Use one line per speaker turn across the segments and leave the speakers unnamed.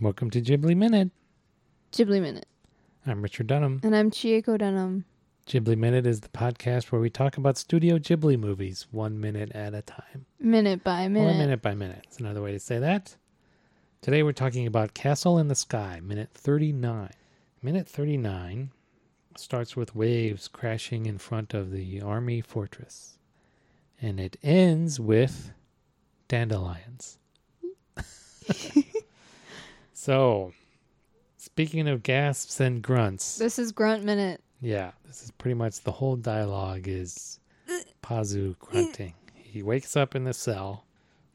Welcome to Ghibli Minute.
Ghibli Minute.
I'm Richard Dunham.
And I'm Chieko Dunham.
Ghibli Minute is the podcast where we talk about Studio Ghibli movies one minute at a time,
Minute by minute.
or minute by minute. It's another way to say that. Today we're talking about Castle in the Sky, minute 39. Minute 39 starts with waves crashing in front of the army fortress, and it ends with dandelions. so, speaking of gasps and grunts.
This is Grunt Minute.
Yeah, this is pretty much the whole dialogue is Pazu grunting. He wakes up in the cell,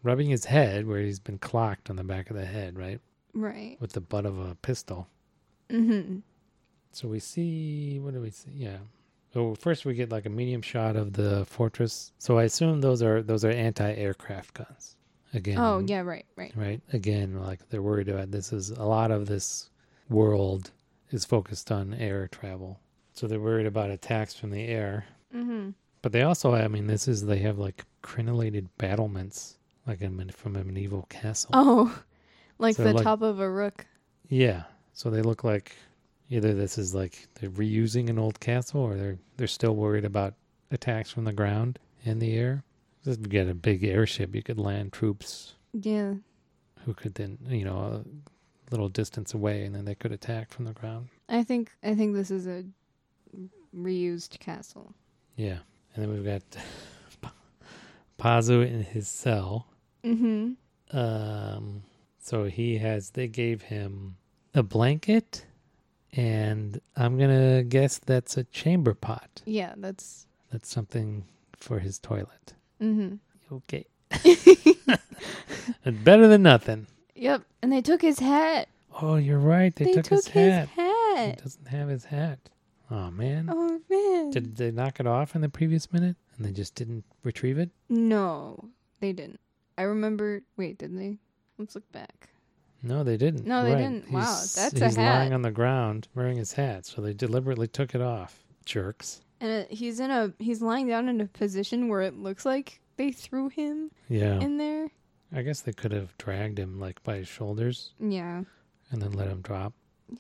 rubbing his head where he's been clocked on the back of the head, right?
Right.
With the butt of a pistol.
Mm-hmm.
So we see, what do we see? Yeah. So first we get like a medium shot of the fortress. So I assume those are those are anti-aircraft guns. Again.
Oh, yeah, right, right.
Right? Again, like they're worried about this is a lot of this world is focused on air travel. So they're worried about attacks from the air.
Mm-hmm.
But they also, I mean, this is they have like crenellated battlements, like a, men- from a medieval castle.
Oh, like
So,
the
like-
top of a rook.
Yeah, so they look like either this is like they're reusing an old castle, or they're they're still worried about attacks from the ground and the air. Just get a big airship, you could land troops
Yeah.
who could then, you know, a little distance away, and then they could attack from the ground.
I think I think this is a reused castle.
Yeah, and then we've got Pa- Pazu in his cell.
Mm-hmm.
Um, so he has, they gave him a blanket, and I'm going to guess that's a chamber pot.
Yeah, that's
That's something for his toilet.
mm-hmm.
Okay. It's better than nothing.
Yep. And they took his hat.
Oh, you're right. They, took, his, hat. He
hat.
doesn't have his hat. Oh, man.
Oh man.
Did they knock it off in the previous minute and they just didn't retrieve it?
No, they didn't. I remember. Wait, did they? Let's look back.
No, they didn't.
No, they
Right.
didn't. Wow,
He's-
that's a
He's lying
hat.
on the ground wearing his hat, so they deliberately took it off. Jerks.
And it, he's in a he's lying down in a position where it looks like they threw him
Yeah.
in there.
I guess they could have dragged him like by his shoulders
Yeah,
and then let him drop.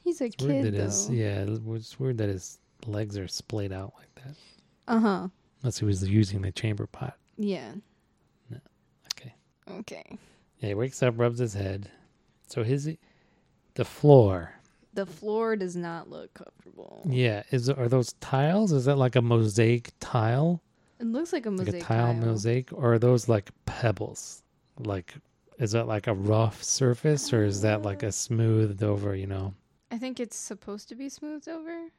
he's a
It's weird
kid
that his
though.
yeah, it's weird that his legs are splayed out like that.
Uh huh.
Unless he was using the chamber pot.
Yeah.
No. Okay.
Okay.
Yeah, he wakes up, rubs his head. So his the floor.
The floor does not look comfortable.
Yeah, is are those tiles? Is that like a mosaic tile?
It looks like a mosaic
like a tile, mosaic or are those like pebbles? Like is that like a rough surface or is that
Uh.
like a smoothed over, you know?
I think it's supposed to be smoothed over.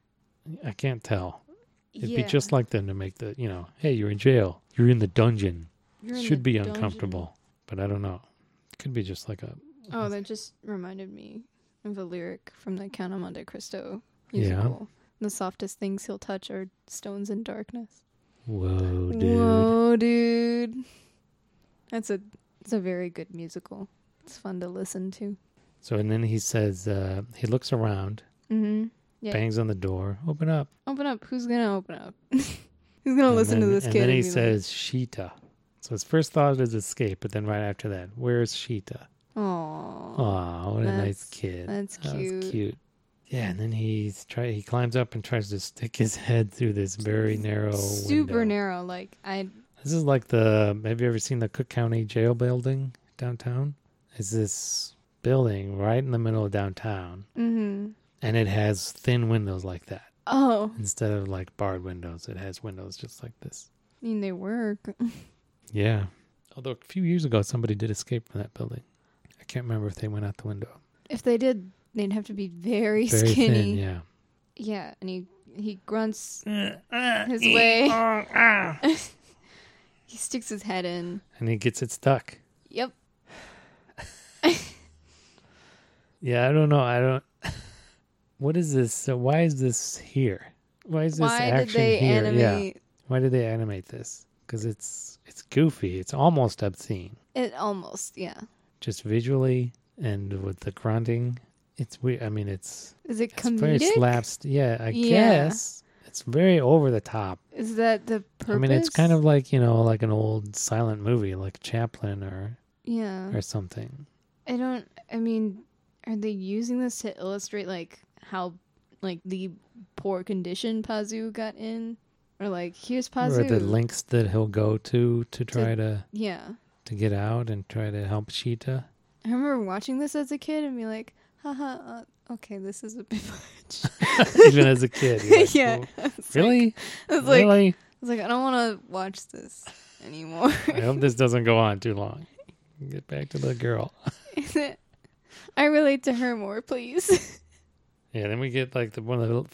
I can't tell. It'd be
yeah.
just like them to make the, you know, hey, you're in jail. You're in the dungeon.
You're in
Should
the
be
dungeon.
uncomfortable. But I don't know. Could be just like a,
Oh, that just reminded me of a lyric from the Count of Monte Cristo
Yeah.
musical. The softest things he'll touch are stones in darkness.
whoa, Oh, dude.
Whoa, dude. That's a it's a very good musical. It's fun to listen to.
So, and then he says, uh, he looks around,
Mm-hmm. Yeah.
bangs on the door, open up.
Open up. Who's gonna open up? Who's gonna
And
listen
then-
to this
and
kid?
then he
and be like,
says, Sheeta. So his first thought is escape, but then right after that, where's Sheeta?
"Oh,
Aw, what a nice
that's-
kid.
that's
That was
cute."
cute. Yeah, and then he's try he climbs up and tries to stick his head through this very narrow
super
window.
narrow." Like I
This is like the. Have you ever seen the Cook County Jail building downtown? It's this building right in the middle of downtown,
mm-hmm.
and it has thin windows like that
Oh,
instead of like barred windows. It has windows just like this.
I mean they work.
Yeah. Although a few years ago, somebody did escape from that building. I can't remember if they went out the window.
If they did, they'd have to be very,
Very
skinny.
thin,
yeah.
yeah.
and he he grunts
His
way. He sticks his head in.
And he gets it stuck.
Yep.
Yeah, I don't know. I don't. What is this? So why is this here? Why is this
Why
action
did they
here? Yeah.
animate?
Why did they animate this? Because it's it's goofy. It's almost obscene,
It almost, yeah.
just visually and with the grunting. It's weird. I mean, it's
Is it
it's
comedic?
very slapst. Yeah, I
Yeah.
guess it's very over the top.
Is that the purpose?
I mean, it's kind of like you know, like an old silent movie, like Chaplin or
yeah.
or something.
I don't. I mean, Are they using this to illustrate like how like the poor condition Pazu got in? Or like here's
Or
Pazu.
the links that he'll go to to try to
yeah.
to get out and try to help Sheeta.
I remember watching this as a kid and be like, haha, uh, okay, this is a bit much.
Even as a kid. you're like,
yeah.
"Well,
It's like-
really?
it's like,
Really?
it's like I don't want to watch this anymore.
I hope this doesn't go on too long. Get back to the girl.
I relate to her more, please.
Yeah, then we get like the one of the,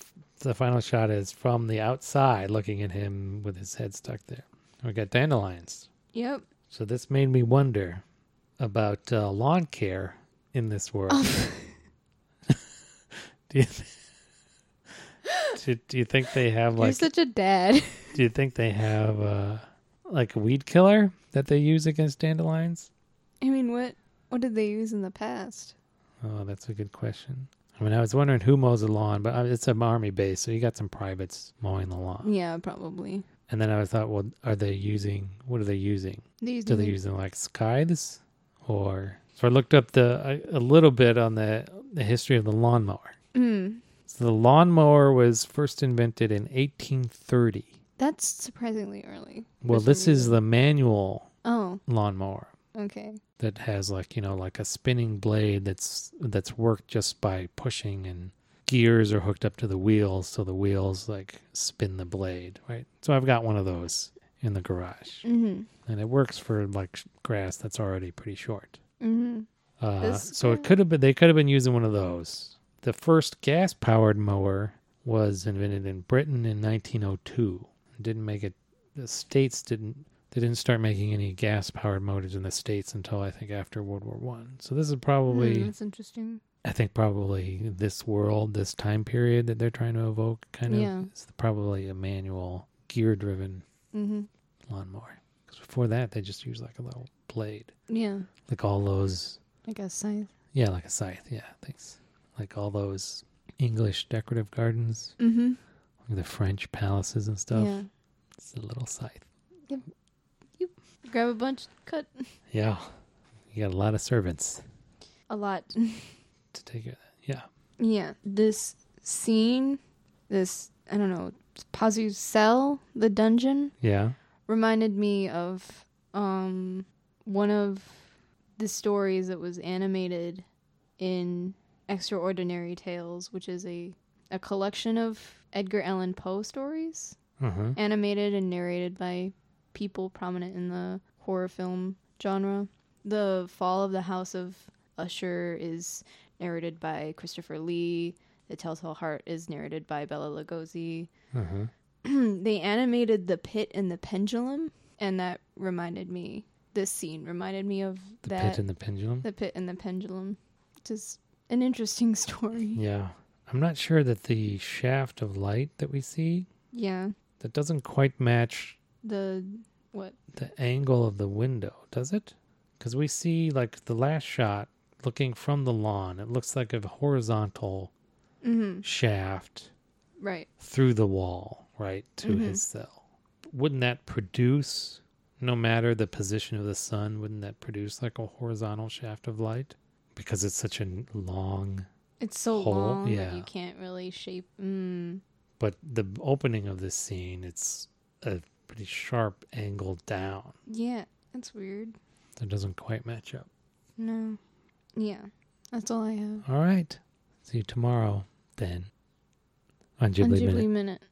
the final shot is from the outside looking at him with his head stuck there. We got dandelions.
yep.
So this made me wonder about uh, lawn care in this world.
Oh.
do, you do, do you think they have
You're
like?
such a dad.
do you think they have uh, like a weed killer that they use against dandelions?
I mean, what what did they use in the past?
Oh, that's a good question. I mean, I was wondering who mows the lawn, but uh, it's an army base, so you got some privates mowing the lawn.
Yeah, probably.
And then I thought, well, are they using? What are they using?
They used
Do they use them like scythes or? So I looked up the a, a little bit on the the history of the lawnmower.
Mm,
So the lawnmower was first invented in 1830.
that's surprisingly early. for
Well,
some
this is
reason.
the manual
Oh,
lawnmower
okay.
that has like you know like a spinning blade that's that's worked just by pushing and gears are hooked up to the wheels so the wheels like spin the blade right so i've got one of those in the garage
Mm-hmm.
and it works for like sh- grass that's already pretty short
Mm-hmm.
uh,
This
so it
grass-
could have been they could have been using one of those the first gas powered mower was invented in britain in 1902 It didn't make it the states didn't they didn't start making any gas powered motors in the states until i think after world war one so this is probably
Hmm, that's interesting.
i think probably this world this time period that they're trying to evoke kind of
Yeah.
is probably a manual gear driven
Mm-hmm.
lawnmower because before that they just used like a little blade
Yeah,
like all those
I guess scythe.
yeah like a scythe yeah thanks like all those english decorative gardens
Mm-hmm.
like the french palaces and stuff
Yeah.
it's a little scythe
Grab a bunch, cut
yeah you got a lot of servants
a lot.
to take care of that yeah
yeah, this scene, this I don't know, Pazu's cell, the dungeon,
yeah
reminded me of um one of the stories that was animated in Extraordinary Tales, which is a a collection of Edgar Allan Poe stories,
uh-huh
animated and narrated by people prominent in the horror film genre. The Fall of the House of Usher is narrated by Christopher Lee. The Telltale Heart is narrated by Bella Lugosi.
uh-huh
they animated the pit and the pendulum, and that reminded me. This scene reminded me of
the
that.
pit and the pendulum
the pit and the pendulum, just an interesting story.
yeah i'm not sure that the shaft of light that we see
Yeah,
that doesn't quite match
the what?
the angle of the window does it because we see like the last shot looking from the lawn it looks like a horizontal
hmm
shaft
Right.
through the wall, right, to
Mhm.
his cell. Wouldn't that produce, no matter the position of the sun, wouldn't that produce like a horizontal shaft of light? Because it's such a n- long,
It's so
Hole,
long
yeah.
that you can't really shape. Mm,
but the opening of this scene, it's a pretty sharp angle down.
yeah, that's weird.
That doesn't quite match up.
No. Yeah, that's all I have.
All right. See you tomorrow then on Ghibli
On Ghibli
Minute.
minute.